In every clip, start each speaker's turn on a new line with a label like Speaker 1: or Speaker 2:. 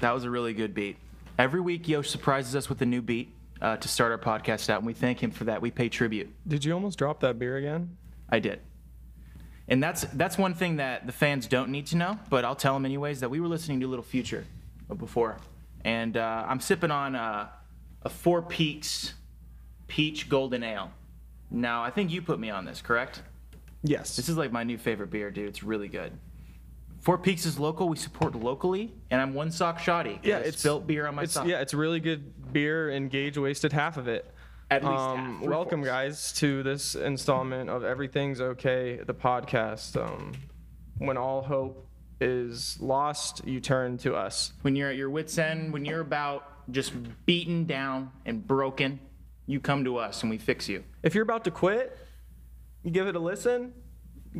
Speaker 1: That was a really good beat. Every week, Yosh surprises us with a new beat uh, to start our podcast out, and we thank him for that. We pay tribute.
Speaker 2: Did you almost drop that beer again?
Speaker 1: I did. And that's that's one thing that the fans don't need to know, but I'll tell them anyways that we were listening to Little Future before, and uh, I'm sipping on uh, a Four Peaks Peach Golden Ale. Now I think you put me on this, correct?
Speaker 2: Yes.
Speaker 1: This is like my new favorite beer, dude. It's really good. Four Peaks is local. We support locally, and I'm one sock shoddy. 'cause
Speaker 2: yeah,
Speaker 1: I
Speaker 2: it's
Speaker 1: spilt beer on my
Speaker 2: it's,
Speaker 1: sock.
Speaker 2: Yeah, it's really good beer, and Gage wasted half of it.
Speaker 1: At least
Speaker 2: Um,
Speaker 1: half,
Speaker 2: welcome,
Speaker 1: three-fourths.
Speaker 2: guys, to this installment of Everything's Okay, the podcast. Um, when all hope is lost, you turn to us.
Speaker 1: When you're at your wits end, when you're about just beaten down and broken, you come to us and we fix you.
Speaker 2: If you're about to quit, you give it a listen.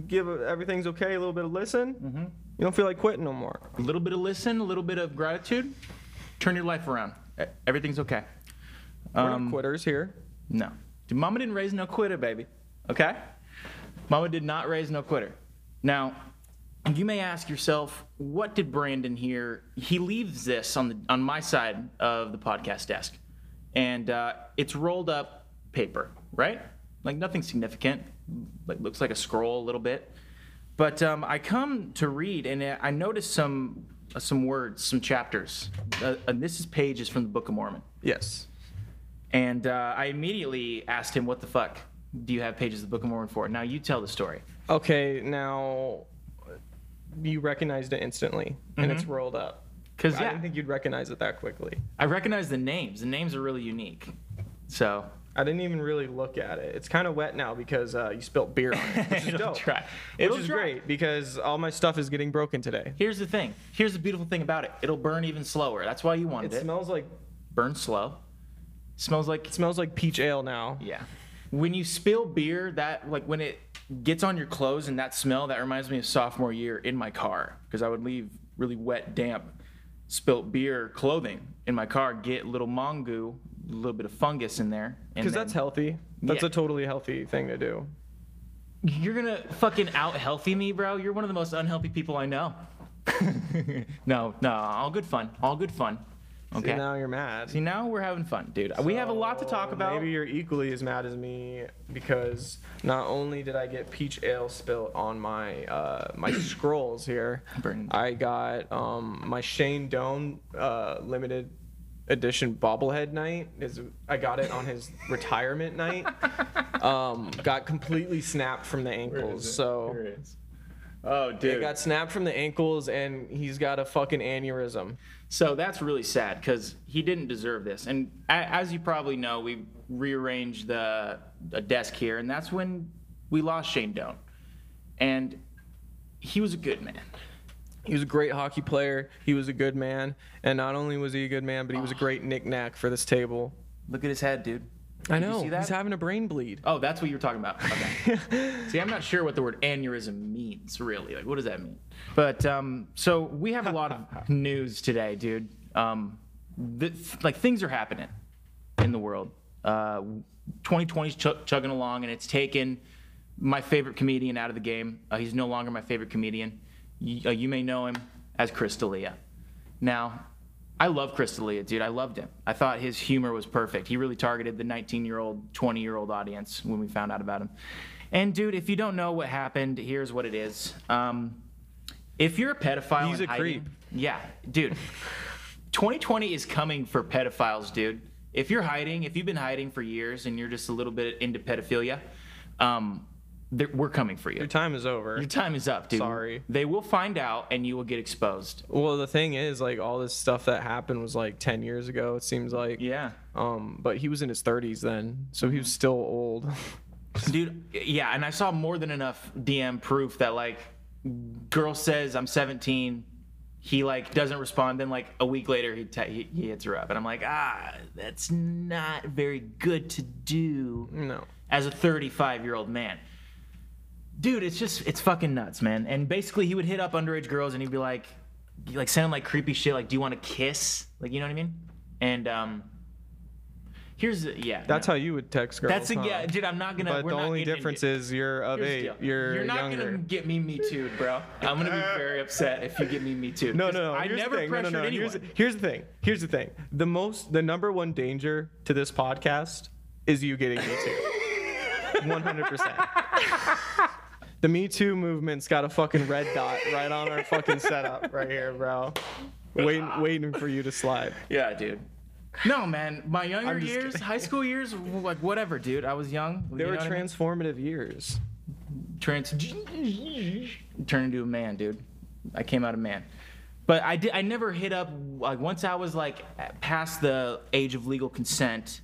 Speaker 2: Give a- Everything's Okay a little bit of listen.
Speaker 1: Mm-hmm.
Speaker 2: You don't feel like quitting no more.
Speaker 1: A little bit of listen, a little bit of gratitude, turn your life around. E- Everything's okay.
Speaker 2: We're
Speaker 1: Um,
Speaker 2: not quitters here.
Speaker 1: No. Dude, Mama didn't raise no quitter, baby. Okay? Mama did not raise no quitter. Now, you may ask yourself, what did Brandon hear? He leaves this on the on my side of the podcast desk, and uh, it's rolled up paper, right? Like nothing significant. Like looks like a scroll a little bit. But um, I come to read, and uh, I notice some uh, some words, some chapters. Uh, and this is pages from the Book of Mormon.
Speaker 2: Yes.
Speaker 1: And uh, I immediately asked him, "What the fuck do you have pages of the Book of Mormon for?" Now you tell the story.
Speaker 2: Okay, now you recognized it instantly, and it's rolled up.
Speaker 1: Because
Speaker 2: I
Speaker 1: Mm-hmm. yeah, I,
Speaker 2: didn't think you'd recognize it that quickly.
Speaker 1: recognize the names. The names are really unique. So
Speaker 2: I didn't even really look at it. It's kind of wet now because uh, you spilt beer on it, which is
Speaker 1: It'll
Speaker 2: dope.
Speaker 1: dry. It'll
Speaker 2: Which is
Speaker 1: dry.
Speaker 2: great because all my stuff is getting broken today.
Speaker 1: here's the thing. Here's the beautiful thing about it. It'll burn even slower. That's why you
Speaker 2: It
Speaker 1: wanted it.
Speaker 2: smells like
Speaker 1: burn slow. Smells like
Speaker 2: it smells like peach ale now.
Speaker 1: yeah. When you spill beer, that like when it gets on your clothes and that smell, that reminds me of sophomore year in my car because I would leave really wet, damp spilt beer clothing in my car, get little mongo, a little bit of fungus in there. and
Speaker 2: Because that's
Speaker 1: then-
Speaker 2: healthy. That's
Speaker 1: Yeah.
Speaker 2: a totally healthy thing to do.
Speaker 1: You're gonna fucking out healthy me, bro. You're one of the most unhealthy people I know. no, no, all good fun. All good fun.
Speaker 2: See,
Speaker 1: Okay.
Speaker 2: now you're mad.
Speaker 1: See, now we're having fun, dude. we have a lot to talk
Speaker 2: So
Speaker 1: about.
Speaker 2: Maybe you're equally as mad as me because not only did I get peach ale spilt on my uh, my scrolls here,
Speaker 1: Burn.
Speaker 2: I got um, my Shane Doan uh, limited edition bobblehead night. Is I got it on his retirement night. Um, got completely snapped from the ankles. So.
Speaker 1: Oh, dude.
Speaker 2: It got snapped from the ankles, and he's got a fucking aneurysm.
Speaker 1: So that's really sad because he didn't deserve this. And a- as you probably know, we rearranged the a desk here, and that's when we lost Shane Doan. And he was a good man.
Speaker 2: He was a great hockey player. He was a good man, and not only was he a good man, but he was a great knick-knack for this table.
Speaker 1: Look at his head, dude.
Speaker 2: I
Speaker 1: you
Speaker 2: know
Speaker 1: see that?
Speaker 2: he's having a brain bleed.
Speaker 1: Oh, that's what you were talking about. Okay. See, I'm not sure what the word aneurysm means, really. Like, what does that mean? But um, so we have a lot of news today, dude. Um, th- like, things are happening in the world. Uh, 2020 is chug- chugging along, and it's taken my favorite comedian out of the game. Uh, he's no longer my favorite comedian. You, uh, you may know him as Chris D'Elia. Now, I love Chris D'Elia, dude. I loved him. I thought his humor was perfect. He really targeted the 19-year-old, 20-year-old audience when we found out about him. And dude, if you don't know what happened, here's what it is. Um, if you're a pedophile,
Speaker 2: He's
Speaker 1: and
Speaker 2: a
Speaker 1: hiding-
Speaker 2: creep.
Speaker 1: Yeah, dude. 2020 is coming for pedophiles, dude. If you're hiding, if you've been hiding for years and you're just a little bit into pedophilia, um, there- we're coming for you.
Speaker 2: Your time is over.
Speaker 1: Your time is up, dude.
Speaker 2: Sorry.
Speaker 1: They will find out and you will get exposed.
Speaker 2: Well, the thing is, like all this stuff that happened was like 10 years ago. It seems like.
Speaker 1: Yeah.
Speaker 2: Um, but he was in his 30s then, so he was still old.
Speaker 1: Dude, yeah, and I saw more than enough DM proof that like girl says I'm 17, he like doesn't respond, then like a week later he te- he, he hits her up, and I'm like, ah, that's not very good to do
Speaker 2: no.
Speaker 1: as a 35 year old man. Dude, it's just it's fucking nuts, man. And basically, he would hit up underage girls and he'd be like, like sound like creepy shit, like, "Do you want to kiss?" Like, you know what I mean? And um, Here's the- yeah.
Speaker 2: That's
Speaker 1: no.
Speaker 2: how you would text girls.
Speaker 1: That's a,
Speaker 2: huh?
Speaker 1: yeah, dude. I'm not gonna.
Speaker 2: But
Speaker 1: we're
Speaker 2: the
Speaker 1: not
Speaker 2: only
Speaker 1: getting
Speaker 2: difference
Speaker 1: into,
Speaker 2: is you're of
Speaker 1: Here's the
Speaker 2: age.
Speaker 1: deal.
Speaker 2: You're,
Speaker 1: You're not
Speaker 2: younger.
Speaker 1: gonna get me me too, bro. I'm gonna be very upset if you get me me too.
Speaker 2: No,
Speaker 1: 'cause
Speaker 2: no, no.
Speaker 1: I
Speaker 2: here's the
Speaker 1: never
Speaker 2: thing.
Speaker 1: pressured
Speaker 2: no, no, no.
Speaker 1: anyone.
Speaker 2: Here's, here's the thing. Here's the thing. The most, the number one danger to this podcast is you getting me too. One hundred percent. The Me Too movement's got a fucking red dot right on our fucking setup right here, bro. Waiting, waiting for you to slide.
Speaker 1: Yeah, dude. No, man. My younger
Speaker 2: I'm just
Speaker 1: years,
Speaker 2: kidding.
Speaker 1: high school years, like whatever, dude. I was young.
Speaker 2: They
Speaker 1: you
Speaker 2: were
Speaker 1: know what I mean?
Speaker 2: transformative years.
Speaker 1: trans turn into a man, dude. I came out a man. But I did I never hit up like once I was like past the age of legal consent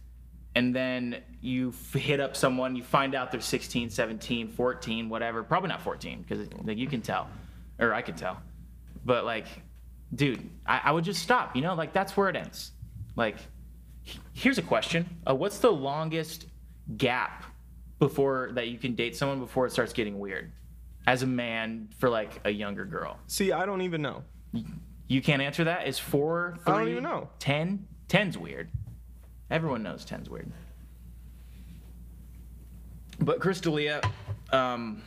Speaker 1: and then you f- hit up someone, you find out they're 16, 17, 14, whatever. Probably not 14 because like you can tell or I can tell. But like dude, I, I would just stop, you know? Like that's where it ends. Like he- here's a question. Uh, what's the longest gap before that you can date someone before it starts getting weird as a man for like a younger girl
Speaker 2: See, I don't even know.
Speaker 1: you can't answer that it's four
Speaker 2: I don't
Speaker 1: three,
Speaker 2: even know.
Speaker 1: 10 10's weird everyone knows 10's weird but crystalia um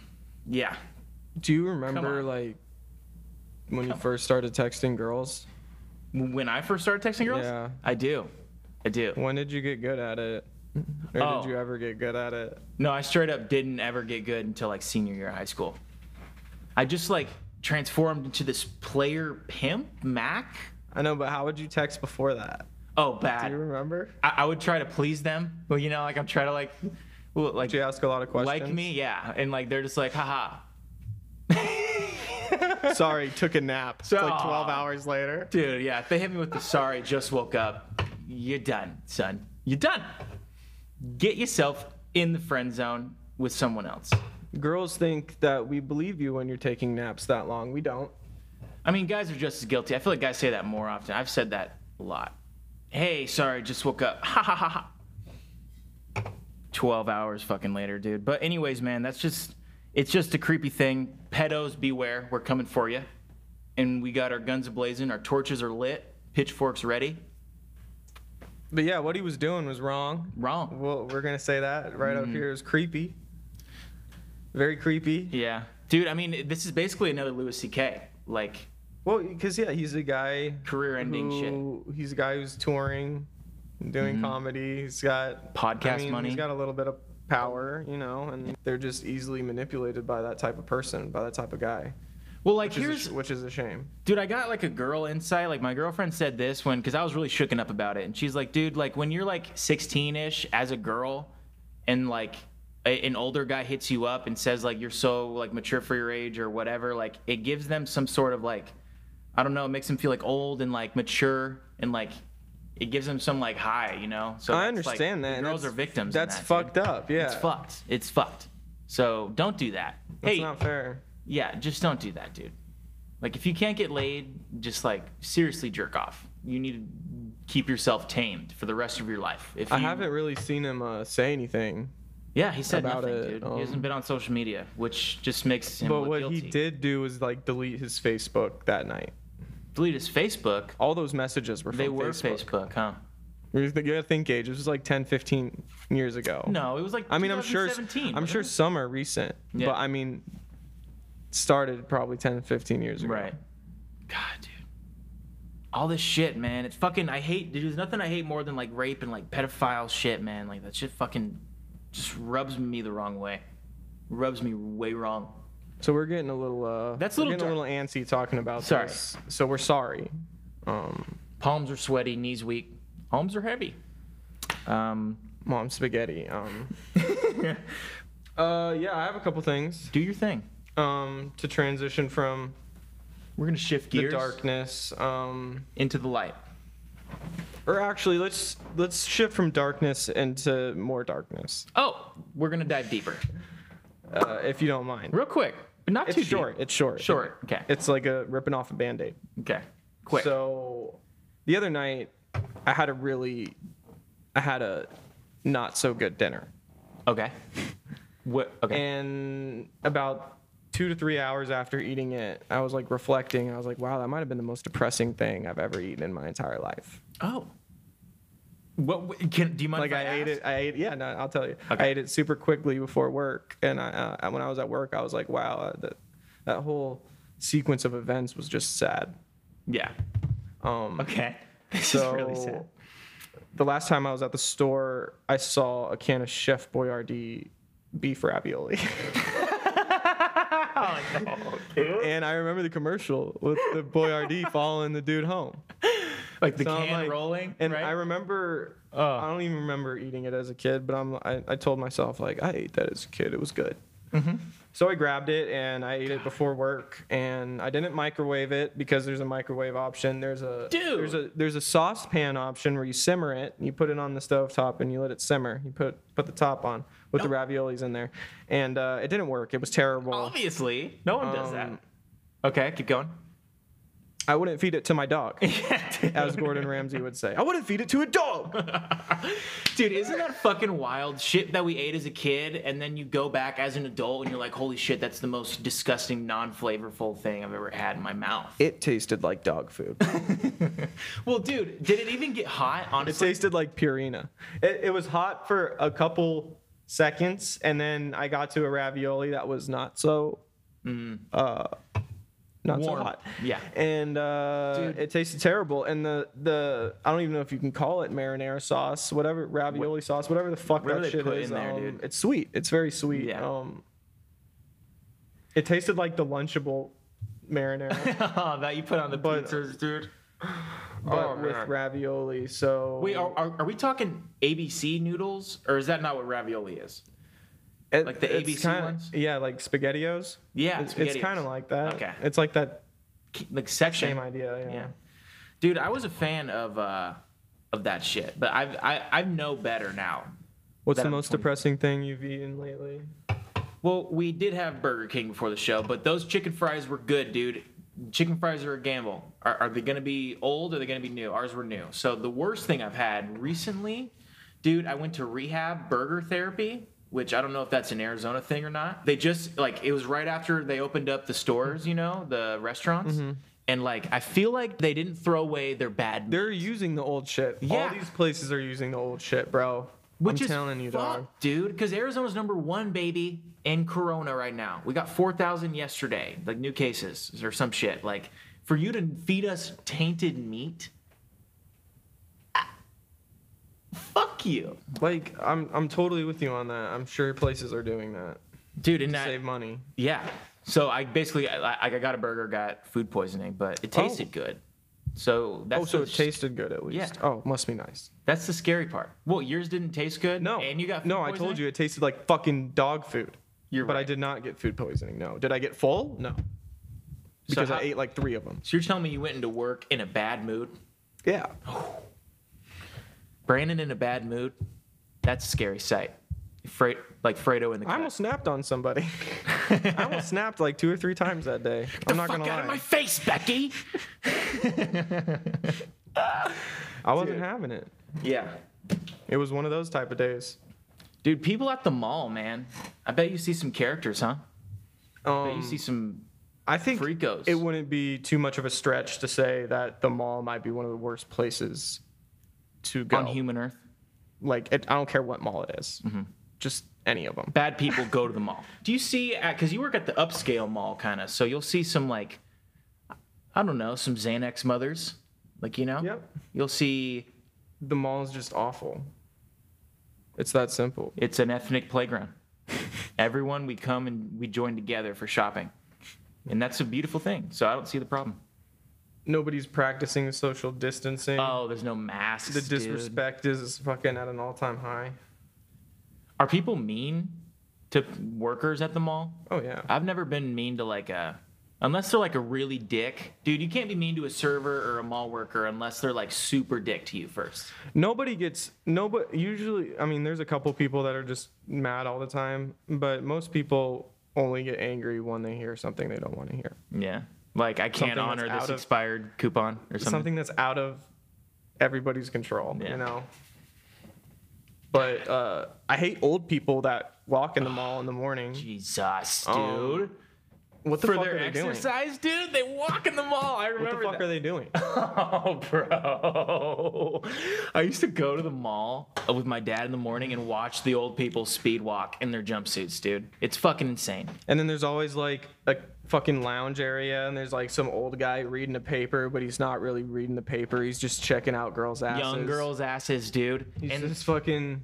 Speaker 1: yeah
Speaker 2: Do you remember
Speaker 1: on.
Speaker 2: like when you first started texting girls?
Speaker 1: when i first started texting girls
Speaker 2: Yeah.
Speaker 1: i do i do
Speaker 2: When did you get good at it? Or
Speaker 1: Oh.
Speaker 2: did you ever get good at it?
Speaker 1: No, I straight up didn't ever get good until like senior year of high school. I just like transformed into this player pimp Mac.
Speaker 2: I know, but how would you text before that?
Speaker 1: Oh,
Speaker 2: Do
Speaker 1: bad.
Speaker 2: you remember?
Speaker 1: I, I would try to please them. Well, you know, like I'm trying to like, well, like
Speaker 2: Did you ask a lot of questions?
Speaker 1: like me, yeah, and like they're just like, haha.
Speaker 2: Sorry, took a nap. It's like
Speaker 1: Aw.
Speaker 2: 12 hours later.
Speaker 1: Dude, yeah, if they hit me with the sorry, just woke up, you're done, son. You're done. Get yourself in the friend zone with someone else.
Speaker 2: Girls think that we believe you when you're taking naps that long. We don't.
Speaker 1: I mean, guys are just as guilty. I feel like guys say that more often. I've said that a lot. Hey, sorry, just woke up. Ha ha ha ha. 12 hours fucking later, dude. But, anyways, man, that's just, it's just a creepy thing. Pedos, beware. We're coming for you. And we got our guns ablazing, our torches are lit, pitchforks ready.
Speaker 2: But yeah, what he was doing was wrong.
Speaker 1: Wrong.
Speaker 2: Well, we're going to say that right
Speaker 1: Mm-hmm.
Speaker 2: up here. It was creepy. Very creepy.
Speaker 1: Yeah. Dude, I mean, this is basically another Louis C.K. Like,
Speaker 2: Well, because yeah, he's a guy
Speaker 1: career ending shit. Mm-hmm.
Speaker 2: who he's a guy who's touring, doing comedy. He's got
Speaker 1: Podcast
Speaker 2: I mean,
Speaker 1: money.
Speaker 2: He's got a little bit of power, you know, and they're just easily manipulated by that type of person, by that type of guy,
Speaker 1: Well, like,
Speaker 2: which, is a,
Speaker 1: here's.
Speaker 2: sh- which is a shame.
Speaker 1: Dude, I got like a girl insight. Like my girlfriend said this when, because I was really shooken up about it, and she's like, "Dude, like when you're like 16ish as a girl, and like a, an older guy hits you up and says like you're so like mature for your age or whatever, like it gives them some sort of like, I don't know, it makes them feel like old and like mature and like it gives them some like high, you know. So
Speaker 2: I
Speaker 1: that's, like,
Speaker 2: understand
Speaker 1: the
Speaker 2: that. and
Speaker 1: girls
Speaker 2: that's-
Speaker 1: are victims. in
Speaker 2: That's
Speaker 1: that, dude.
Speaker 2: fucked up. Yeah,
Speaker 1: It's fucked. It's fucked. So don't do that.
Speaker 2: That's
Speaker 1: hey,
Speaker 2: not fair.
Speaker 1: yeah, just don't do that, dude. Like, if you can't get laid, just like seriously jerk off. You need to keep yourself tamed for the rest of your life. If
Speaker 2: I
Speaker 1: you-
Speaker 2: haven't really seen him uh, say anything,
Speaker 1: Yeah, he said
Speaker 2: about
Speaker 1: nothing,
Speaker 2: it,
Speaker 1: dude.
Speaker 2: um,
Speaker 1: he hasn't been on social media, which just makes him.
Speaker 2: but
Speaker 1: look
Speaker 2: what he
Speaker 1: guilty.
Speaker 2: did do was like delete his Facebook that night.
Speaker 1: delete his Facebook.
Speaker 2: All those messages were from
Speaker 1: They were
Speaker 2: Facebook.
Speaker 1: Facebook, huh?
Speaker 2: You gotta think age. It was like 10, 15 years ago.
Speaker 1: No, it was like.
Speaker 2: I mean, I'm sure.
Speaker 1: 2017,
Speaker 2: I'm sure
Speaker 1: wasn't
Speaker 2: some are recent,
Speaker 1: Yeah.
Speaker 2: but I mean, started probably 10, 15 years
Speaker 1: it?
Speaker 2: ago.
Speaker 1: Right. God, dude. All this shit, man. It's fucking. I hate. Dude, there's nothing I hate more than like rape and like pedophile shit, man. Like that shit fucking just rubs me the wrong way. Rubs me way wrong.
Speaker 2: So we're getting a little. Uh,
Speaker 1: That's a
Speaker 2: we're
Speaker 1: little
Speaker 2: getting a little antsy talking about
Speaker 1: Sorry.
Speaker 2: this. So we're sorry. Um,
Speaker 1: palms are sweaty, knees weak, palms are heavy. Um,
Speaker 2: mom spaghetti. Um. uh, yeah, I have a couple things.
Speaker 1: do your thing.
Speaker 2: Um, to transition from
Speaker 1: We're gonna shift
Speaker 2: the darkness. Um,
Speaker 1: into the light.
Speaker 2: or actually, let's let's shift from darkness into more darkness,
Speaker 1: Oh, we're gonna dive deeper,
Speaker 2: uh, if you don't mind.
Speaker 1: real quick, but not
Speaker 2: It's
Speaker 1: too
Speaker 2: short.
Speaker 1: Deep.
Speaker 2: It's short.
Speaker 1: Short. Okay.
Speaker 2: It's like a ripping off a band-aid.
Speaker 1: okay. Quick.
Speaker 2: So the other night, I had a really, I had a not so good dinner,
Speaker 1: okay. What? Okay.
Speaker 2: and about two to three hours after eating it, I was like reflecting. I was like, wow, that might have been the most depressing thing I've ever eaten in my entire life.
Speaker 1: oh. What w- can do you mind?
Speaker 2: Like
Speaker 1: if
Speaker 2: I ate
Speaker 1: ask?
Speaker 2: it. I ate. Yeah, no, I'll tell you. I
Speaker 1: Okay.
Speaker 2: ate it super quickly before work, and I, uh, when I was at work, I was like, wow, uh, that that whole sequence of events was just sad.
Speaker 1: Yeah.
Speaker 2: Um,
Speaker 1: Okay. This
Speaker 2: so
Speaker 1: is really sad.
Speaker 2: the last time I was at the store, I saw a can of Chef Boyardee beef ravioli,
Speaker 1: Oh,
Speaker 2: and I remember the commercial with the Boyardee following the dude home.
Speaker 1: Like the
Speaker 2: So I'm
Speaker 1: can
Speaker 2: like-
Speaker 1: rolling,
Speaker 2: And
Speaker 1: right?
Speaker 2: I remember, I don't even remember eating it as a kid, but I'm, I, I told myself, like, I ate that as a kid. It was good.
Speaker 1: Mm-hmm.
Speaker 2: So I grabbed it and I ate it before work, and I didn't microwave it because there's a microwave option. There's a
Speaker 1: Dude.
Speaker 2: there's a there's a saucepan option where you simmer it. You put it on the stove top and you let it simmer. You put put the top on with the raviolis in there, and uh, it didn't work. It was terrible.
Speaker 1: Oh, Obviously, no one does that.
Speaker 2: Um,
Speaker 1: Okay, keep going.
Speaker 2: I wouldn't feed it to my dog,
Speaker 1: Yeah, dude.
Speaker 2: as Gordon Ramsay would say. I wouldn't feed it to a dog.
Speaker 1: Dude, isn't that fucking wild shit that we ate as a kid and then you go back as an adult and you're like, holy shit, that's the most disgusting, non flavorful thing I've ever had in my mouth.
Speaker 2: It tasted like dog food.
Speaker 1: Well, dude, did it even get hot?
Speaker 2: It
Speaker 1: Honestly,
Speaker 2: tasted like Purina. It, it was hot for a couple seconds, and then I got to a ravioli that was not so, uh, not
Speaker 1: Mm. Warm.
Speaker 2: so hot.
Speaker 1: Yeah.
Speaker 2: and uh,
Speaker 1: Dude.
Speaker 2: it tasted terrible. And the the I don't even know if you can call it marinara sauce, whatever ravioli sauce, whatever the fuck
Speaker 1: Whatever
Speaker 2: that
Speaker 1: they
Speaker 2: shit
Speaker 1: put
Speaker 2: is.
Speaker 1: in there,
Speaker 2: um,
Speaker 1: dude.
Speaker 2: It's sweet. It's very sweet.
Speaker 1: Yeah.
Speaker 2: Um, it tasted like the lunchable marinara,
Speaker 1: oh, that you put on the
Speaker 2: But-
Speaker 1: pizzas, dude.
Speaker 2: but
Speaker 1: Oh,
Speaker 2: with
Speaker 1: man.
Speaker 2: ravioli. So
Speaker 1: Wait, are, are, are we talking ABC noodles or is that not what ravioli is?
Speaker 2: It-
Speaker 1: Like the
Speaker 2: it's
Speaker 1: ABC
Speaker 2: kinda-
Speaker 1: ones?
Speaker 2: Yeah, like SpaghettiOs.
Speaker 1: Yeah,
Speaker 2: it's,
Speaker 1: SpaghettiOs.
Speaker 2: kind of like that.
Speaker 1: Okay.
Speaker 2: it's like that
Speaker 1: Like section.
Speaker 2: same idea. Yeah.
Speaker 1: Yeah, dude, I was a fan of uh of that shit, but I've I, I know better now.
Speaker 2: What's
Speaker 1: That
Speaker 2: the
Speaker 1: I'm
Speaker 2: most
Speaker 1: 20.
Speaker 2: depressing thing you've eaten lately?
Speaker 1: Well, we did have Burger King before the show, but those chicken fries were good, dude. Chicken fries are a gamble. Are, are they gonna be old? Or are they gonna be new? Ours were new. So the worst thing I've had recently, dude, I went to rehab burger therapy, which I don't know if that's an Arizona thing or not. They just like it was right after they opened up the stores, you know, the restaurants, and like I feel like they didn't throw away their bad. meat.
Speaker 2: They're using the old shit.
Speaker 1: Yeah.
Speaker 2: All these places are using the old shit, bro.
Speaker 1: Which
Speaker 2: I'm
Speaker 1: is
Speaker 2: telling you,
Speaker 1: fucked,
Speaker 2: dog.
Speaker 1: dude. Because Arizona's number one, baby, in Corona right now. We got four thousand yesterday, like new cases or some shit. Like for you to feed us tainted meat, ah, fuck you,
Speaker 2: Like, I'm I'm totally with you on that. I'm sure places are doing that
Speaker 1: dude. And
Speaker 2: to
Speaker 1: that,
Speaker 2: save money.
Speaker 1: yeah. So I basically, I, I I got a burger, got food poisoning, but it
Speaker 2: Oh.
Speaker 1: tasted good. So that's
Speaker 2: Oh, so
Speaker 1: the,
Speaker 2: it tasted good at least.
Speaker 1: Yeah.
Speaker 2: Oh, must be nice.
Speaker 1: that's the scary part. Well, yours didn't taste good.
Speaker 2: No.
Speaker 1: and you got food
Speaker 2: no. I
Speaker 1: poisoning?
Speaker 2: told you it tasted like fucking dog food.
Speaker 1: You're
Speaker 2: but I
Speaker 1: right.
Speaker 2: did not get food poisoning. No. Did I get full? No. Because
Speaker 1: how-
Speaker 2: I ate like three of them.
Speaker 1: So you're telling me you went into work in a bad mood?
Speaker 2: Yeah.
Speaker 1: Brandon in a bad mood, that's a scary sight. Fre- like Fredo in the
Speaker 2: I
Speaker 1: cut.
Speaker 2: almost snapped on somebody. I almost snapped like two or three times that day. I'm not
Speaker 1: fuck
Speaker 2: gonna
Speaker 1: out of my
Speaker 2: lie.
Speaker 1: face, Becky.
Speaker 2: I wasn't having it.
Speaker 1: yeah,
Speaker 2: It was one of those type of days.
Speaker 1: dude. People at the mall, man. I bet you see some characters, huh? I bet you
Speaker 2: Um,
Speaker 1: see some.
Speaker 2: I think
Speaker 1: freakos.
Speaker 2: it wouldn't be too much of a stretch to say that the mall might be one of the worst places to go.
Speaker 1: On Mm-hmm. human earth,
Speaker 2: like, it, I don't care what mall it is. just any of them.
Speaker 1: bad people go to the mall. Do you see? Because you work at the upscale mall, kind of. So you'll see some like, I don't know, some Xanax mothers, like you know.
Speaker 2: Yep.
Speaker 1: You'll see
Speaker 2: The mall is just awful. It's that simple.
Speaker 1: it's an ethnic playground. Everyone, we come and we join together for shopping, and that's a beautiful thing. So I don't see the problem.
Speaker 2: Nobody's practicing social distancing.
Speaker 1: Oh, there's no masks.
Speaker 2: the
Speaker 1: dude.
Speaker 2: disrespect is fucking at an all-time high.
Speaker 1: Are people mean to workers at the mall?
Speaker 2: Oh yeah.
Speaker 1: I've never been mean to like a, unless they're like a really dick, dude. You can't be mean to a server or a mall worker unless they're like super dick to you first.
Speaker 2: Nobody gets nobody. Usually, I mean, there's a couple people that are just mad all the time, but most people only get angry when they hear something they don't want to hear,
Speaker 1: Yeah. Like I can't
Speaker 2: Something that's
Speaker 1: honor this
Speaker 2: out of-
Speaker 1: expired coupon or something.
Speaker 2: something that's out of everybody's control,
Speaker 1: Yeah.
Speaker 2: you know. But uh, I hate old people that walk in the mall in the morning.
Speaker 1: Jesus, dude.
Speaker 2: Um, What the
Speaker 1: for
Speaker 2: fuck
Speaker 1: their
Speaker 2: are they doing?
Speaker 1: exercise, dude. They walk in the mall. I
Speaker 2: What the
Speaker 1: remember.
Speaker 2: fuck are they doing?
Speaker 1: Oh, bro. I used to go to the mall with my dad in the morning and watch the old people speed walk in their jumpsuits, dude. It's fucking insane.
Speaker 2: And then there's always like a fucking lounge area, and there's like some old guy reading a paper, but he's not really reading the paper. He's just checking out girls' asses.
Speaker 1: Young girls' asses, dude.
Speaker 2: He's
Speaker 1: and
Speaker 2: just fucking.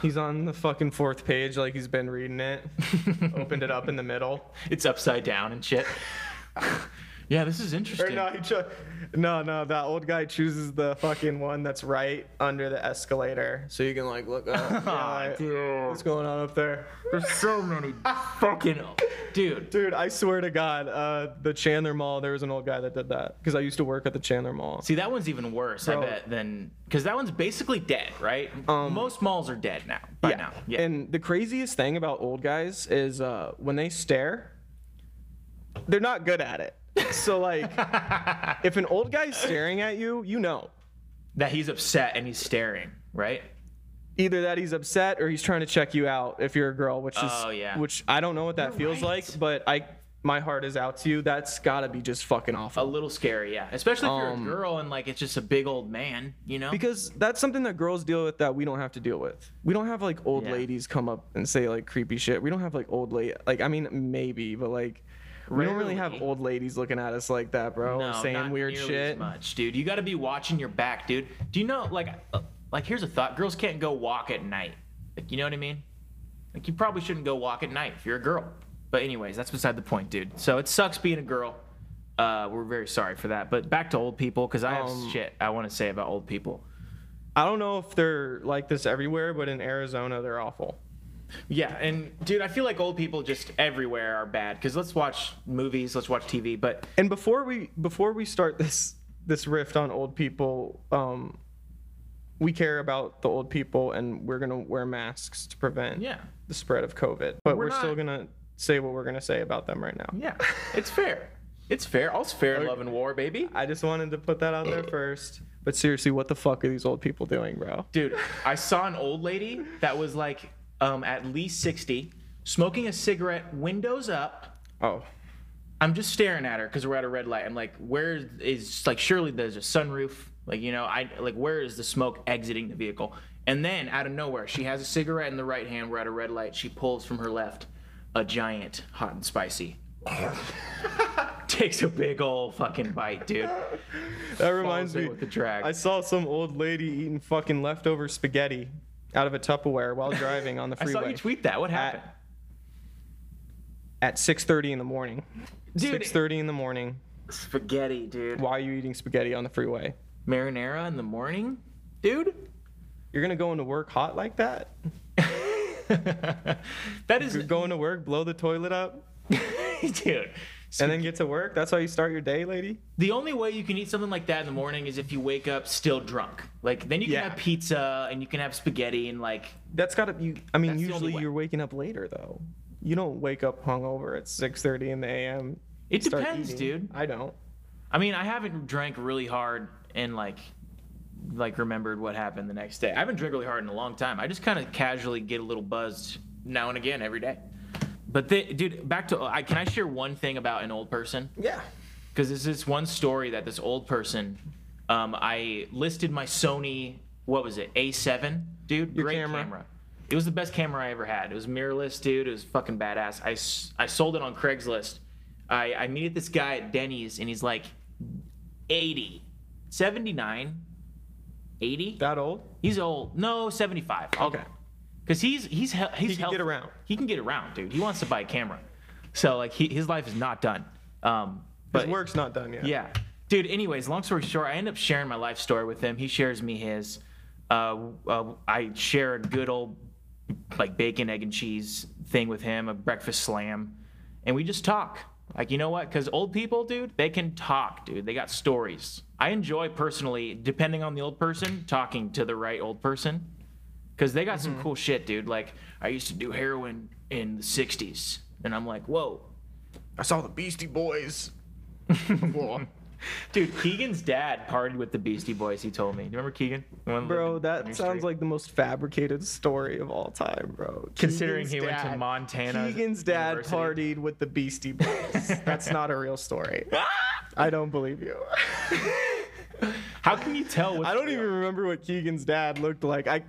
Speaker 2: he's on the fucking fourth page, like he's been reading it. Opened it up in the middle.
Speaker 1: it's upside down and shit. yeah, this is
Speaker 2: Or
Speaker 1: interesting.
Speaker 2: no, he cho- no, no, that old guy chooses the fucking one that's right under the escalator, so you can like look up.
Speaker 1: Aw,
Speaker 2: Yeah, like,
Speaker 1: dude.
Speaker 2: What's going on up there?
Speaker 1: There's so many fucking dude.
Speaker 2: Dude, I swear to God, uh, the Chandler Mall, there was an old guy that did that because I used to work at the Chandler Mall.
Speaker 1: See, that one's even worse,
Speaker 2: Bro.
Speaker 1: I bet, than because that one's basically dead, right?
Speaker 2: Um,
Speaker 1: Most malls are dead now. By now, yeah.
Speaker 2: And the craziest thing about old guys is uh, when they stare, they're not good at it. So like, if an old guy's staring at you, you know
Speaker 1: that he's upset and he's staring, right?
Speaker 2: either that he's upset or he's trying to check you out if you're a girl, which is
Speaker 1: Oh, yeah.
Speaker 2: which I don't know what that
Speaker 1: You're
Speaker 2: feels
Speaker 1: right.
Speaker 2: like, but I my heart is out to you. That's gotta be just fucking
Speaker 1: A
Speaker 2: awful.
Speaker 1: little scary, yeah. Especially if you're
Speaker 2: Um,
Speaker 1: a girl and like it's just a big old man, you know?
Speaker 2: because that's something that girls deal with that we don't have to deal with. We don't have like old
Speaker 1: Yeah.
Speaker 2: ladies come up and say like creepy shit. We don't have like old lady like I mean maybe, but like we don't really have
Speaker 1: Rarely.
Speaker 2: old ladies looking at us like that, bro.
Speaker 1: no,
Speaker 2: saying
Speaker 1: not
Speaker 2: weird
Speaker 1: nearly
Speaker 2: shit.
Speaker 1: As much, dude. You got to be watching your back, dude. Do you know, like, uh, like here's a thought: girls can't go walk at night. Like, you know what I mean? Like, you probably shouldn't go walk at night if you're a girl. But anyways, that's beside the point, dude. So it sucks being a girl. Uh, we're very sorry for that. But back to old people, because I have
Speaker 2: Um,
Speaker 1: shit I want to say about old people.
Speaker 2: I don't know if they're like this everywhere, but in Arizona they're awful.
Speaker 1: Yeah, and dude, I feel like old people just everywhere are bad. Because let's watch movies, let's watch TV, but
Speaker 2: And before we before we start this this rift on old people, um, we care about the old people, and we're gonna wear masks to prevent
Speaker 1: Yeah.
Speaker 2: the spread of COVID. But we're,
Speaker 1: We're
Speaker 2: still
Speaker 1: not-
Speaker 2: gonna say what we're gonna say about them right now.
Speaker 1: yeah, it's fair. It's fair. All's fair in love and war, baby.
Speaker 2: I just wanted to put that out there first. But seriously, what the fuck are these old people doing, bro?
Speaker 1: Dude, I saw an old lady that was like um, at least 60, smoking a cigarette, windows up.
Speaker 2: Oh,
Speaker 1: I'm just staring at her because we're at a red light. I'm like, where is, like, surely there's a sunroof. Like, you know, I, like, where is the smoke exiting the vehicle? And then out of nowhere, she has a cigarette in the right hand. We're at a red light. She pulls from her left a giant hot and spicy. Takes a big old fucking bite, dude.
Speaker 2: that reminds
Speaker 1: it
Speaker 2: me.
Speaker 1: with the drag.
Speaker 2: I saw some old lady eating fucking leftover spaghetti out of a Tupperware while driving on the
Speaker 1: I
Speaker 2: freeway
Speaker 1: saw you tweet that. What happened?
Speaker 2: at 6:30 in the morning.
Speaker 1: Dude,
Speaker 2: 6:30 in the morning.
Speaker 1: spaghetti, dude.
Speaker 2: Why are you eating spaghetti on the freeway?
Speaker 1: marinara in the morning, dude.
Speaker 2: You're gonna go into work hot like that?
Speaker 1: that is,
Speaker 2: You're going to work, blow the toilet up,
Speaker 1: dude.
Speaker 2: and then get to work? That's how you start your day, lady?
Speaker 1: The only way you can eat something like that in the morning is if you wake up still drunk. Like then you can
Speaker 2: Yeah.
Speaker 1: have pizza and you can have spaghetti and like
Speaker 2: That's gotta be I mean,
Speaker 1: That's the only
Speaker 2: usually
Speaker 1: way.
Speaker 2: you're waking up later though. You don't wake up hungover at six thirty in the AM.
Speaker 1: it
Speaker 2: start
Speaker 1: depends,
Speaker 2: eating.
Speaker 1: dude.
Speaker 2: I don't.
Speaker 1: I mean, I haven't drank really hard and like like remembered what happened the next day. I haven't drank really hard in a long time. I just kind of casually get a little buzzed now and again every day. But the, dude, back to uh, I can I share one thing about an old person?
Speaker 2: Yeah.
Speaker 1: because there's this one story that this old person um, i listed my sony what was it a7 dude
Speaker 2: Your
Speaker 1: great
Speaker 2: camera.
Speaker 1: camera. it was the best camera i ever had it was mirrorless dude it was fucking badass i, s- I sold it on craigslist I, I meet this guy at denny's and he's like 80 79 80
Speaker 2: That old?
Speaker 1: he's old no 75 I'll-
Speaker 2: Okay.
Speaker 1: because he's he's he- he's
Speaker 2: can
Speaker 1: healthy.
Speaker 2: get around.
Speaker 1: He can get around, dude. He wants to buy a camera, so like he, his life is not done. Um, but
Speaker 2: His work's not done yet.
Speaker 1: yeah, dude. Anyways, long story short, I end up sharing my life story with him. He shares me his. Uh, uh, I share a good old like bacon, egg, and cheese thing with him, a breakfast slam, and we just talk. Like you know what? Because old people, dude, they can talk, dude. They got stories. I enjoy personally, depending on the old person, talking to the right old person. Cause they got some cool shit, dude. Like I used to do heroin in the '60s, and I'm like, whoa,
Speaker 2: I saw the Beastie Boys.
Speaker 1: Dude, Keegan's dad partied with the Beastie Boys. He told me. Do you remember Keegan? The one that
Speaker 2: Bro,
Speaker 1: lived in
Speaker 2: that
Speaker 1: your
Speaker 2: sounds
Speaker 1: street?
Speaker 2: like the most fabricated story of all time, bro.
Speaker 1: Considering
Speaker 2: Keegan's
Speaker 1: he went to
Speaker 2: dad-
Speaker 1: Montana
Speaker 2: Keegan's dad
Speaker 1: University.
Speaker 2: partied with the Beastie Boys. That's not a real story. I don't believe you.
Speaker 1: How can you tell? What's
Speaker 2: I don't
Speaker 1: real?
Speaker 2: even remember what Keegan's dad looked like. I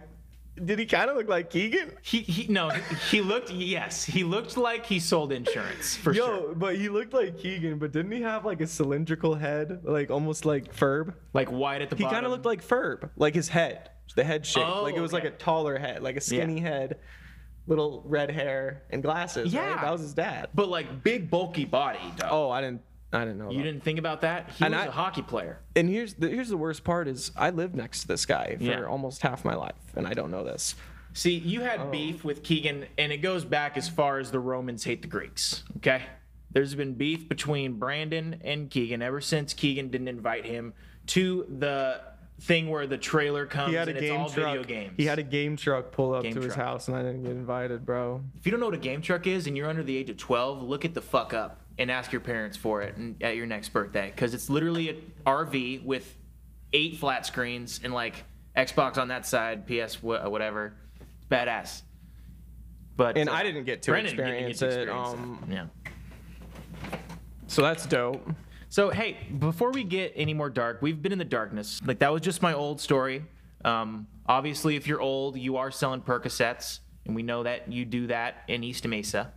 Speaker 2: did he kind of look like Keegan?
Speaker 1: He, he no. He looked. Yes, he looked like he sold insurance for
Speaker 2: Yo,
Speaker 1: sure.
Speaker 2: but he looked like Keegan, but didn't he have like a cylindrical head, like almost like Ferb?
Speaker 1: Like wide at the
Speaker 2: He
Speaker 1: bottom.
Speaker 2: kind of looked like Ferb, like his head, the head shape.
Speaker 1: Oh,
Speaker 2: like it was
Speaker 1: okay.
Speaker 2: like a taller head, like a skinny head, little red hair and glasses. right?
Speaker 1: Yeah.
Speaker 2: that was his dad.
Speaker 1: but like big bulky body. Dog.
Speaker 2: Oh, I didn't, I didn't know.
Speaker 1: You
Speaker 2: about-
Speaker 1: didn't think about that? He
Speaker 2: And
Speaker 1: was
Speaker 2: I-
Speaker 1: a hockey player.
Speaker 2: And here's the here's the worst part is I lived next to this guy for
Speaker 1: Yeah.
Speaker 2: almost half my life, and I don't know this.
Speaker 1: See, you had
Speaker 2: Oh.
Speaker 1: beef with Keegan, and it goes back as far as the Romans hate the Greeks. Okay, there's been beef between Brandon and Keegan ever since Keegan didn't invite him to the thing where the trailer comes
Speaker 2: He had a
Speaker 1: and
Speaker 2: game
Speaker 1: it's all
Speaker 2: truck.
Speaker 1: video games.
Speaker 2: He had a game truck pull up
Speaker 1: Game
Speaker 2: to his
Speaker 1: truck.
Speaker 2: house, and I didn't get invited, bro.
Speaker 1: if you don't know what a game truck is and you're under the age of 12, look it the fuck up and ask your parents for it and, at your next birthday because it's literally an RV with eight flat screens and like Xbox on that side, PS wh- whatever. Badass. But
Speaker 2: And
Speaker 1: uh,
Speaker 2: I didn't get to
Speaker 1: Brendan didn't get
Speaker 2: experience
Speaker 1: to
Speaker 2: it.
Speaker 1: experience
Speaker 2: um,
Speaker 1: that. yeah.
Speaker 2: so that's dope.
Speaker 1: So hey, before we get any more dark, we've been in the darkness. Like that was just my old story. Um, obviously, if you're old, you are selling Percocets, and we know that you do that in East Mesa,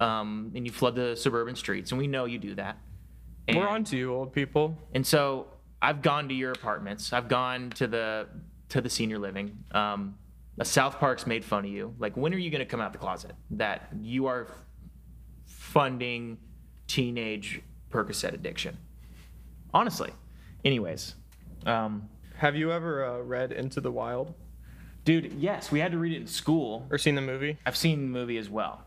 Speaker 1: um, and you flood the suburban streets, and we know you do that. And,
Speaker 2: We're on to you, old people.
Speaker 1: And so I've gone to your apartments. I've gone to the to the senior living. Um, uh, South Park's made fun of you. Like, when are you gonna come out the closet that you are f- funding teenage Percocet addiction? Honestly. Anyways, um,
Speaker 2: Have you ever uh, read Into the Wild
Speaker 1: dude, yes, we had to read it in school.
Speaker 2: or seen the movie?
Speaker 1: I've seen the movie as well.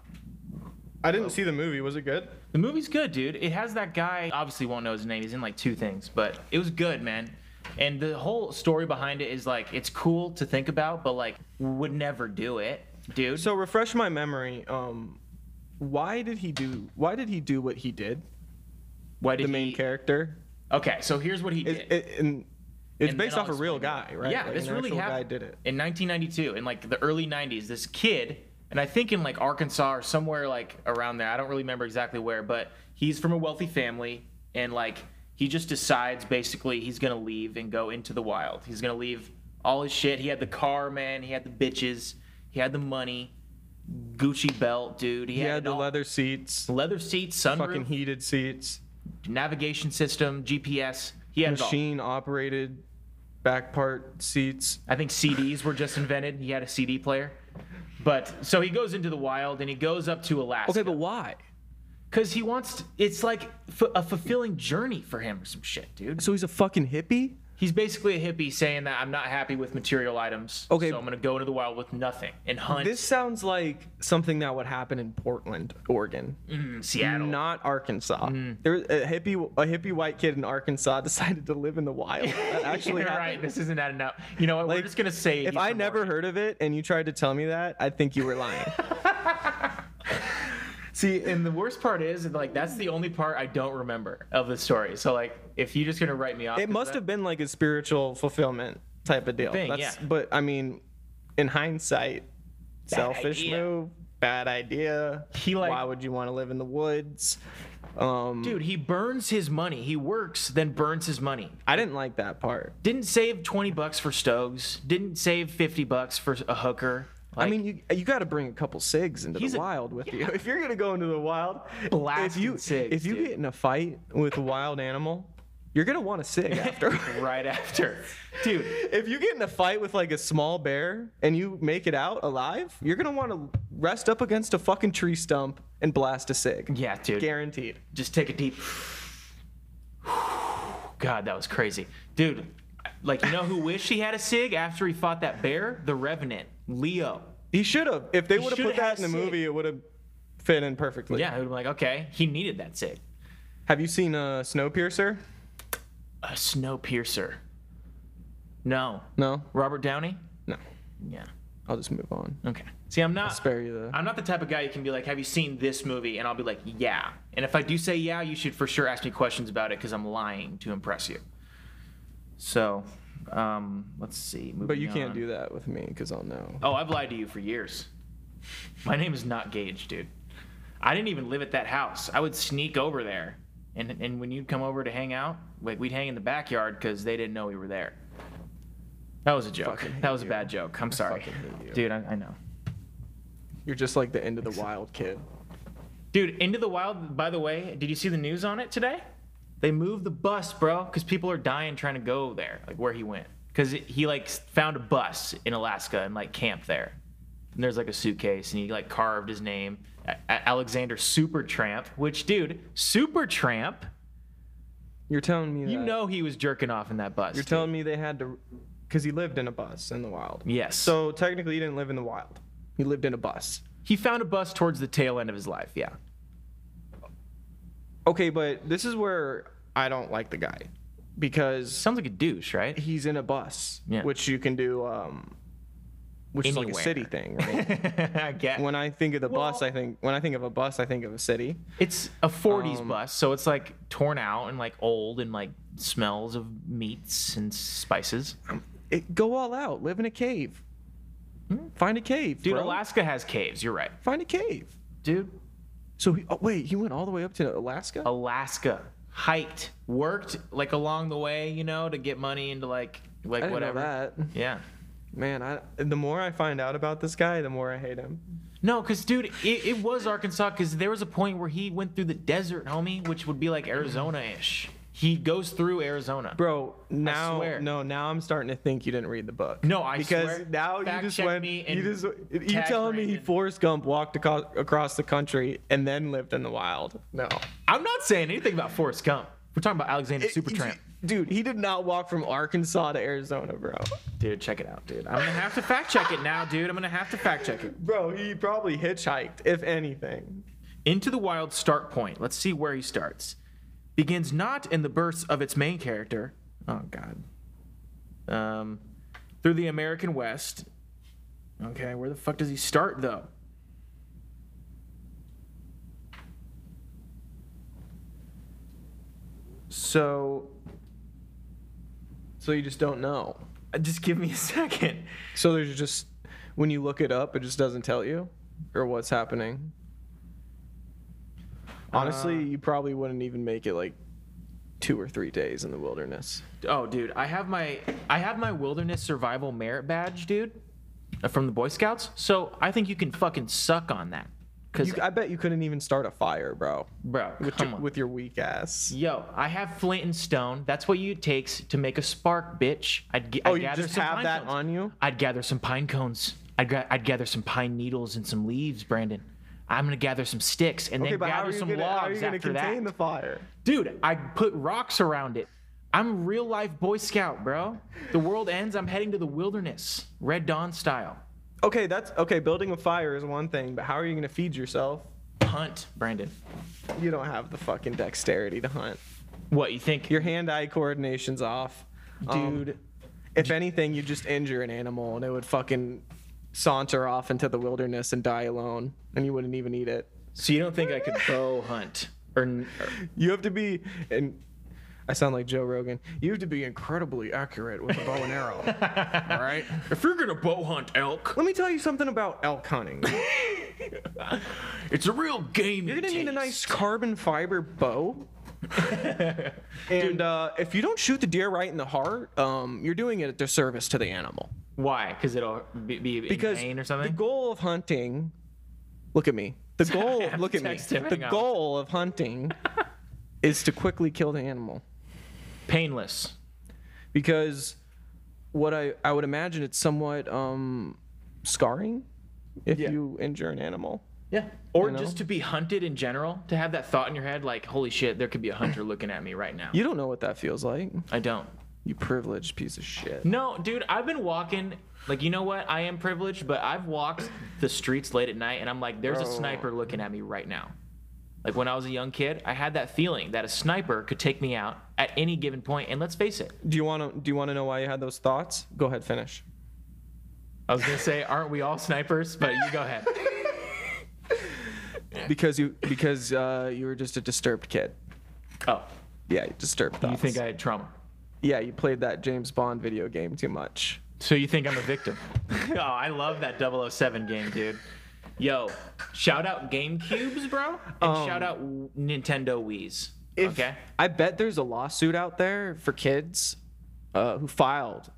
Speaker 2: I didn't see the movie. Was it good?
Speaker 1: The movie's good, dude. It has that guy. Obviously, won't know his name. He's in like two things, but it was good, man. And the whole story behind it is like it's cool to think about, but like would never do it, dude.
Speaker 2: So refresh my memory. Um, why did he do? Why did he do what he did?
Speaker 1: why did
Speaker 2: the main
Speaker 1: he-
Speaker 2: character.
Speaker 1: Okay, so here's what he
Speaker 2: It,
Speaker 1: did.
Speaker 2: it- and it's
Speaker 1: And then
Speaker 2: based
Speaker 1: I'll
Speaker 2: off a real
Speaker 1: explain
Speaker 2: guy,
Speaker 1: it.
Speaker 2: right?
Speaker 1: Yeah,
Speaker 2: Like,
Speaker 1: this
Speaker 2: an
Speaker 1: really
Speaker 2: actual
Speaker 1: happened.
Speaker 2: guy did it.
Speaker 1: in 1992, in like the early 90s. This kid, and I think in like Arkansas or somewhere like around there. I don't really remember exactly where, but he's from a wealthy family, and like he just decides basically he's gonna leave and go into the wild. He's gonna leave all his shit. He had the car, man. He had the bitches. He had the money. Gucci belt, dude. He,
Speaker 2: He
Speaker 1: had,
Speaker 2: had
Speaker 1: it
Speaker 2: the
Speaker 1: all.
Speaker 2: leather seats,
Speaker 1: leather seats, sunroof,
Speaker 2: fucking heated seats,
Speaker 1: navigation system, GPS. He had it all.
Speaker 2: machine operated back part seats.
Speaker 1: I think CDs were just invented. He had a CD player. But so he goes into the wild and he goes up to Alaska.
Speaker 2: Okay, but why?
Speaker 1: because he wants to, it's like f- a fulfilling journey for him or some shit, dude.
Speaker 2: So he's a fucking hippie.
Speaker 1: He's basically a hippie saying that I'm not happy with material items.
Speaker 2: Okay.
Speaker 1: So I'm going to go into the wild with nothing and hunt
Speaker 2: This sounds like something that would happen in Portland, Oregon,
Speaker 1: in Seattle.
Speaker 2: not Arkansas. There was a hippie, a hippie white kid in Arkansas decided to live in the wild. That actually
Speaker 1: You're
Speaker 2: happened.
Speaker 1: right. This isn't that enough. You know what? We're
Speaker 2: Like,
Speaker 1: just going to say
Speaker 2: If
Speaker 1: he's
Speaker 2: I
Speaker 1: from
Speaker 2: never
Speaker 1: Oregon.
Speaker 2: heard of it and you tried to tell me that, I think you were lying.
Speaker 1: See, and the worst part is, like, that's the only part I don't remember of the story. So, like, if you're just going to write me off.
Speaker 2: it must have been like a spiritual fulfillment type of deal.
Speaker 1: Thing, yeah.
Speaker 2: But I mean, in hindsight, selfish
Speaker 1: idea.
Speaker 2: move, bad idea.
Speaker 1: He, like-
Speaker 2: why would you want to live in the woods? Um,
Speaker 1: Dude, he burns his money. He works, then burns his money.
Speaker 2: I didn't like that part.
Speaker 1: Didn't save 20 bucks for stoves. Didn't save 50 bucks for a hooker.
Speaker 2: I
Speaker 1: Like,
Speaker 2: mean, you you got to bring a couple cigs into
Speaker 1: He's
Speaker 2: the
Speaker 1: a-
Speaker 2: wild with you. If you're gonna go into the wild, if
Speaker 1: Blasting
Speaker 2: you
Speaker 1: cigs,
Speaker 2: if you
Speaker 1: dude.
Speaker 2: get in a fight with a wild animal, you're gonna want a cig after.
Speaker 1: right after. Dude,
Speaker 2: if you get in a fight with like a small bear and you make it out alive, you're gonna want to rest up against a fucking tree stump and blast a cig.
Speaker 1: yeah, dude.
Speaker 2: Guaranteed.
Speaker 1: Just take a deep. God, that was crazy. Dude, like, you know who wished he had a SIG after he fought that bear? The Revenant, Leo.
Speaker 2: He should have. If they would have
Speaker 1: shoulda
Speaker 2: put
Speaker 1: had
Speaker 2: that in the
Speaker 1: a cig.
Speaker 2: movie, it would have fit in perfectly.
Speaker 1: Yeah, it would have been like, okay, he needed that SIG.
Speaker 2: Have you seen uh, Snowpiercer?
Speaker 1: A snow piercer. No.
Speaker 2: No.
Speaker 1: Robert Downey?
Speaker 2: No.
Speaker 1: Yeah.
Speaker 2: I'll just move on.
Speaker 1: Okay. See, I'm not.
Speaker 2: Spare you the.
Speaker 1: I'm not the type of guy you can be like, "Have you seen this movie?" And I'll be like, "Yeah." And if I do say yeah, you should for sure ask me questions about it because I'm lying to impress you. So, um, let's see.
Speaker 2: But you can't do that with me because I'll know.
Speaker 1: Oh, I've lied to you for years. My name is not Gage, dude. I didn't even live at that house. I would sneak over there, and and when you'd come over to hang out, like we'd hang in the backyard because they didn't know we were there. That was a joke.
Speaker 2: fucking hate
Speaker 1: That was a
Speaker 2: you.
Speaker 1: bad joke. I'm sorry,
Speaker 2: fucking hate you.
Speaker 1: dude. I, I know.
Speaker 2: You're just like the end of the wild kid.
Speaker 1: Dude, Into the Wild, by the way, did you see the news on it today? They moved the bus, bro, because people are dying trying to go there, like where he went. Because he like s- found a bus in Alaska and like camped there. And there's like a suitcase, and he like carved his name, A- A- Alexander Supertramp. Which, dude, Supertramp,
Speaker 2: You're telling me
Speaker 1: you
Speaker 2: that-
Speaker 1: know he was jerking off in that bus.
Speaker 2: Uh, You're telling me they had to, because he lived in a bus in the wild.
Speaker 1: Yes. So
Speaker 2: So technically, he didn't live in the wild. He lived in a bus.
Speaker 1: he found a bus towards the tail end of his life. Yeah.
Speaker 2: Okay, but this is where I don't like the guy, because
Speaker 1: Sounds like a douche, right?
Speaker 2: he's in a bus,
Speaker 1: Yeah.
Speaker 2: which you can do, um, which is like
Speaker 1: Anywhere.
Speaker 2: a city thing, right?
Speaker 1: I get.
Speaker 2: when I think of the bus,
Speaker 1: Well-
Speaker 2: I think when I think of a bus, I think of a city.
Speaker 1: It's a 40s bus, so it's like torn out and like old and like smells of meats and spices.
Speaker 2: It, go all out, live in a cave, find a cave,
Speaker 1: Hmm? Dude,
Speaker 2: bro.
Speaker 1: Alaska has caves. You're right.
Speaker 2: Find a cave.
Speaker 1: Dude,
Speaker 2: So he, oh, wait, he went all the way up to Alaska.
Speaker 1: Oh, Alaska hiked, worked like along the way, you know, to get money into like like
Speaker 2: I didn't
Speaker 1: whatever.
Speaker 2: know that.
Speaker 1: Yeah.
Speaker 2: Man, I, the more I find out about this guy, the more I hate him.
Speaker 1: No, because dude, it, it was Arkansas because there was a point where he went through the desert, homie, which would be like Arizona ish. He goes through Arizona.
Speaker 2: Bro, now
Speaker 1: swear.
Speaker 2: no, now I'm starting to think you didn't read the book.
Speaker 1: No, I
Speaker 2: because
Speaker 1: swear.
Speaker 2: now you
Speaker 1: Fact
Speaker 2: just
Speaker 1: check
Speaker 2: went.
Speaker 1: me
Speaker 2: you
Speaker 1: and
Speaker 2: just you
Speaker 1: tag
Speaker 2: telling me he
Speaker 1: Brandon.
Speaker 2: Forrest Gump walked aco- across the country and then lived in the wild? No,
Speaker 1: I'm not saying anything about Forrest Gump. We're talking about Alexander Supertramp.
Speaker 2: dude, he did not walk from Arkansas to Arizona, bro.
Speaker 1: Dude, check it out, dude. I'm gonna have to fact check it now, dude. I'm gonna have to fact check it.
Speaker 2: Bro, he probably hitchhiked, if anything.
Speaker 1: Into the Wild start point. Let's see where he starts. Begins not in the births of its main character. Oh God. Um, through the American West. Okay, where the fuck does he start though? So,
Speaker 2: So you just don't know.
Speaker 1: uh, just give me a second.
Speaker 2: So there's just when you look it up, it just doesn't tell you or what's happening. Honestly,
Speaker 1: Uh,
Speaker 2: you probably wouldn't even make it like two or three days in the wilderness.
Speaker 1: Oh, dude, I have my I have my wilderness survival merit badge, dude, uh, from the Boy Scouts. So I think you can fucking suck on that, cause
Speaker 2: You, I bet you couldn't even start a fire, bro,
Speaker 1: bro,
Speaker 2: with
Speaker 1: come
Speaker 2: your,
Speaker 1: on.
Speaker 2: with your weak ass.
Speaker 1: Yo, I have flint and stone. That's what you it takes to make a spark, bitch. I'd, g-
Speaker 2: Oh,
Speaker 1: I'd
Speaker 2: you
Speaker 1: gather
Speaker 2: just
Speaker 1: some
Speaker 2: have
Speaker 1: pine
Speaker 2: that
Speaker 1: cones.
Speaker 2: on you?
Speaker 1: I'd gather some pine cones. I'd, gra- I'd gather some pine needles and some leaves, Brandon. I'm gonna gather some sticks and
Speaker 2: Okay,
Speaker 1: then
Speaker 2: but how are
Speaker 1: gather
Speaker 2: you
Speaker 1: some
Speaker 2: gonna, how are you
Speaker 1: logs
Speaker 2: gonna
Speaker 1: after
Speaker 2: contain
Speaker 1: that.
Speaker 2: the fire?
Speaker 1: Dude, I put rocks around it. I'm real life Boy Scout, bro. The world ends. I'm heading to the wilderness, Red Dawn style.
Speaker 2: Okay, that's okay. Building a fire is one thing, but how are you gonna feed yourself?
Speaker 1: Hunt, Brandon.
Speaker 2: You don't have the fucking dexterity to hunt.
Speaker 1: What you think?
Speaker 2: Your hand-eye coordination's off, Um,
Speaker 1: Dude.
Speaker 2: if anything, you just injure an animal and it would fucking saunter off into the wilderness and die alone, and you wouldn't even eat it.
Speaker 1: so you don't think I could bow hunt or, n- or
Speaker 2: You have to be, and I sound like Joe Rogan. You have to be incredibly accurate with a bow and arrow. all right.
Speaker 1: If you're gonna bow hunt elk,
Speaker 2: Let me tell you something about elk hunting.
Speaker 1: it's a real game.
Speaker 2: You're gonna need a nice carbon fiber bow. and uh, if you don't shoot the deer right in the heart, um, you're doing it a disservice to the animal.
Speaker 1: Why? Because it'll be, be
Speaker 2: because
Speaker 1: in pain or something.
Speaker 2: the goal of hunting look at me the goal
Speaker 1: I'm
Speaker 2: look at me
Speaker 1: texting. Hang
Speaker 2: the
Speaker 1: on.
Speaker 2: goal of hunting is to quickly kill the animal
Speaker 1: Painless.
Speaker 2: because what i i would imagine it's somewhat um scarring if
Speaker 1: Yeah.
Speaker 2: you injure an animal
Speaker 1: Yeah. Or
Speaker 2: You know?
Speaker 1: just to be hunted in general, to have that thought in your head, like, holy shit, there could be a hunter looking at me right now.
Speaker 2: you don't know what that feels like
Speaker 1: I don't.
Speaker 2: you privileged piece of shit
Speaker 1: No, dude, I've been walking. Like, you know what? I am privileged, but I've walked the streets late at night, and I'm like, there's a
Speaker 2: Bro.
Speaker 1: sniper looking at me right now. Like when I was a young kid, I had that feeling that a sniper could take me out at any given point, and let's face it,
Speaker 2: do you want to do you want to know why you had those thoughts go ahead finish
Speaker 1: I was gonna say, aren't we all snipers? But you go ahead.
Speaker 2: because you because uh, you were just a disturbed kid.
Speaker 1: Oh,
Speaker 2: Yeah, disturbed.
Speaker 1: you
Speaker 2: Thoughts.
Speaker 1: think I had trauma?
Speaker 2: Yeah, you played that James Bond video game too much.
Speaker 1: So you think I'm a victim? oh, I love that 007 game, dude. Yo, shout out GameCubes, bro, and shout out w- Nintendo Wii's.
Speaker 2: If-
Speaker 1: okay.
Speaker 2: I bet there's a lawsuit out there for kids uh, who filed,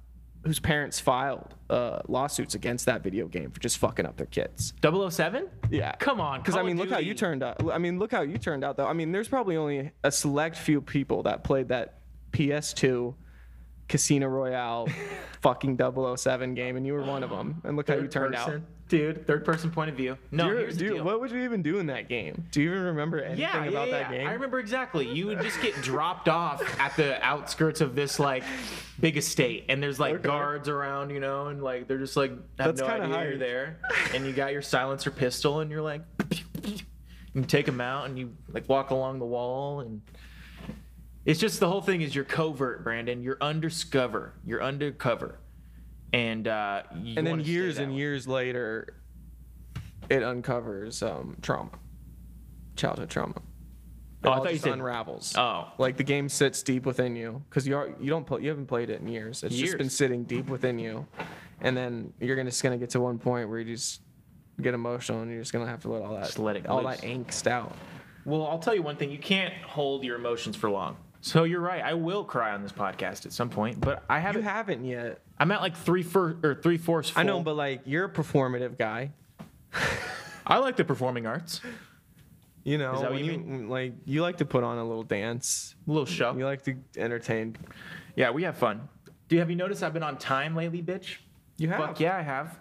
Speaker 2: whose parents filed uh, lawsuits against that video game for just fucking up their kids.
Speaker 1: 007?
Speaker 2: Yeah.
Speaker 1: Come on.
Speaker 2: Because I
Speaker 1: Call
Speaker 2: mean,
Speaker 1: of
Speaker 2: look how you
Speaker 1: Duty.
Speaker 2: turned out. I mean, look how you turned out though. I mean, there's probably only a select few people that played that PS2 Casino Royale fucking 007 game, and you were one of them. And look how you turned out.
Speaker 1: person, dude. Third person point of view. No,
Speaker 2: You're-
Speaker 1: here's the
Speaker 2: dude,
Speaker 1: deal.
Speaker 2: what would you even do in that game? Do you even remember anything
Speaker 1: yeah, yeah,
Speaker 2: about
Speaker 1: yeah.
Speaker 2: that game?
Speaker 1: I remember exactly. You would just get dropped off at the outskirts of this like big estate, and there's like
Speaker 2: Okay.
Speaker 1: guards around, you know, and like they're just like have
Speaker 2: That's
Speaker 1: no
Speaker 2: kinda
Speaker 1: idea
Speaker 2: high.
Speaker 1: you're there, and you got your silencer pistol, and you're like, you take them out, and you like walk along the wall, and it's just the whole thing is you're covert, Brandon. You're undercover. You're undercover, and uh, you
Speaker 2: and then
Speaker 1: wanna stay
Speaker 2: years
Speaker 1: that
Speaker 2: and
Speaker 1: way.
Speaker 2: years later, it uncovers um, trauma, childhood trauma. It
Speaker 1: Oh, I
Speaker 2: all
Speaker 1: thought you
Speaker 2: just
Speaker 1: said-
Speaker 2: unravels.
Speaker 1: Oh,
Speaker 2: like the game sits deep within you because you are you don't play, you haven't played it in years. It's just been
Speaker 1: Years.
Speaker 2: sitting deep within you, and then you're gonna just gonna get to one point where you just get emotional and you're just gonna have to let all that
Speaker 1: Just let it
Speaker 2: all
Speaker 1: loose.
Speaker 2: that angst out.
Speaker 1: Well, I'll tell you one thing. You can't hold your emotions for long. So you're right. I will cry on this podcast at some point, but I
Speaker 2: You
Speaker 1: haven't.
Speaker 2: haven't yet.
Speaker 1: I'm at like three fir- or three fourths.
Speaker 2: I know,
Speaker 1: full.
Speaker 2: but like you're a performative guy.
Speaker 1: I like the performing arts.
Speaker 2: You know,
Speaker 1: that what
Speaker 2: when
Speaker 1: you
Speaker 2: like you like to put on a little dance.
Speaker 1: A little show.
Speaker 2: You like to entertain.
Speaker 1: yeah, we have fun. Do you have you noticed I've been on time lately, bitch?
Speaker 2: You have.
Speaker 1: Fuck yeah, I have.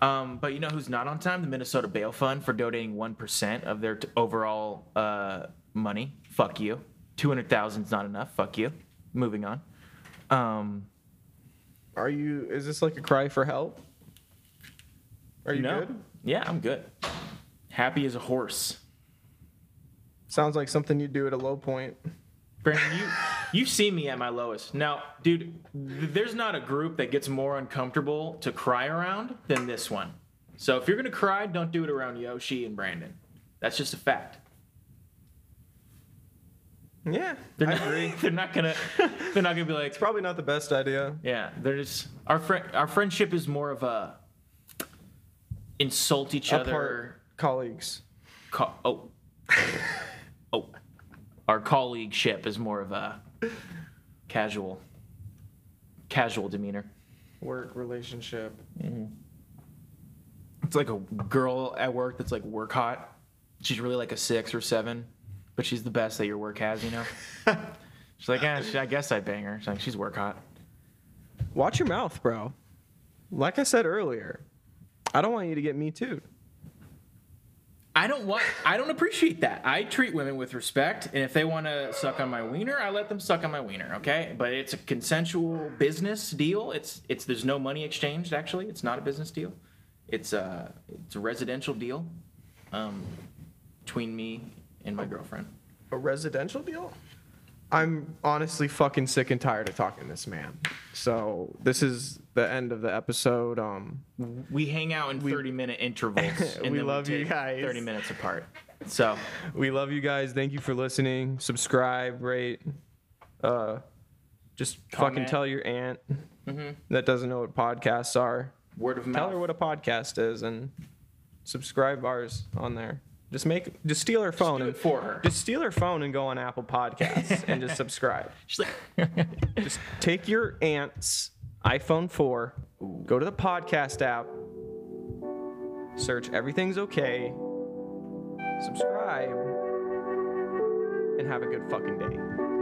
Speaker 1: Um, but you know who's not on time? The Minnesota Bail Fund for donating one percent of their t- overall uh, money. Fuck you. Two hundred thousand is not enough. Fuck you. Moving on. Um,
Speaker 2: Are you? Is this like a cry for help? Are you
Speaker 1: no.
Speaker 2: good?
Speaker 1: Yeah, I'm good. Happy as a horse.
Speaker 2: Sounds like something you do at a low point.
Speaker 1: Brandon, you you see me at my lowest. Now, dude, th- there's not a group that gets more uncomfortable to cry around than this one. So if you're gonna cry, don't do it around Yoshi and Brandon. That's just a fact.
Speaker 2: Yeah,
Speaker 1: They're
Speaker 2: I
Speaker 1: not,
Speaker 2: agree.
Speaker 1: they're not gonna they're not gonna be like
Speaker 2: Probably not the best idea.
Speaker 1: yeah. They're just our friend our friendship is more of a insult each other.
Speaker 2: Apart colleagues.
Speaker 1: Co- oh oh, our colleagueship is more of a casual casual demeanor.
Speaker 2: Work relationship.
Speaker 1: It's like a girl at work that's like work hot. She's really like a six or seven, but she's the best that your work has, you know? she's like, eh, she, I guess I'd bang her. She's like, she's work hot.
Speaker 2: Watch your mouth, bro. Like I said earlier, I don't want you to get me too.
Speaker 1: I don't want, I don't appreciate that. I treat women with respect, and if they want to suck on my wiener, I let them suck on my wiener, okay? But it's a consensual business deal. It's, it's, there's no money exchanged, actually. It's not a business deal. It's a, it's a residential deal um, between me and my girlfriend.
Speaker 2: A residential deal? I'm honestly fucking sick and tired of talking to this man. So this is the end of the episode. Um,
Speaker 1: We hang out in 30 minute intervals.
Speaker 2: We
Speaker 1: then
Speaker 2: love you
Speaker 1: take
Speaker 2: guys.
Speaker 1: 30 minutes apart. So,
Speaker 2: we love you guys. Thank you for listening. Subscribe, rate. Uh, just fucking
Speaker 1: Comment.
Speaker 2: tell your aunt that doesn't know what podcasts are.
Speaker 1: word of
Speaker 2: Tell her
Speaker 1: mouth.
Speaker 2: what a podcast is and subscribe ours on there. Just make, just steal her phone
Speaker 1: do
Speaker 2: and
Speaker 1: it for her.
Speaker 2: Just steal her phone and go on Apple Podcasts and just subscribe.
Speaker 1: She's like,
Speaker 2: Just take your aunt's iPhone 4, go to the podcast app, search Everything's Okay, subscribe, and have a good fucking day.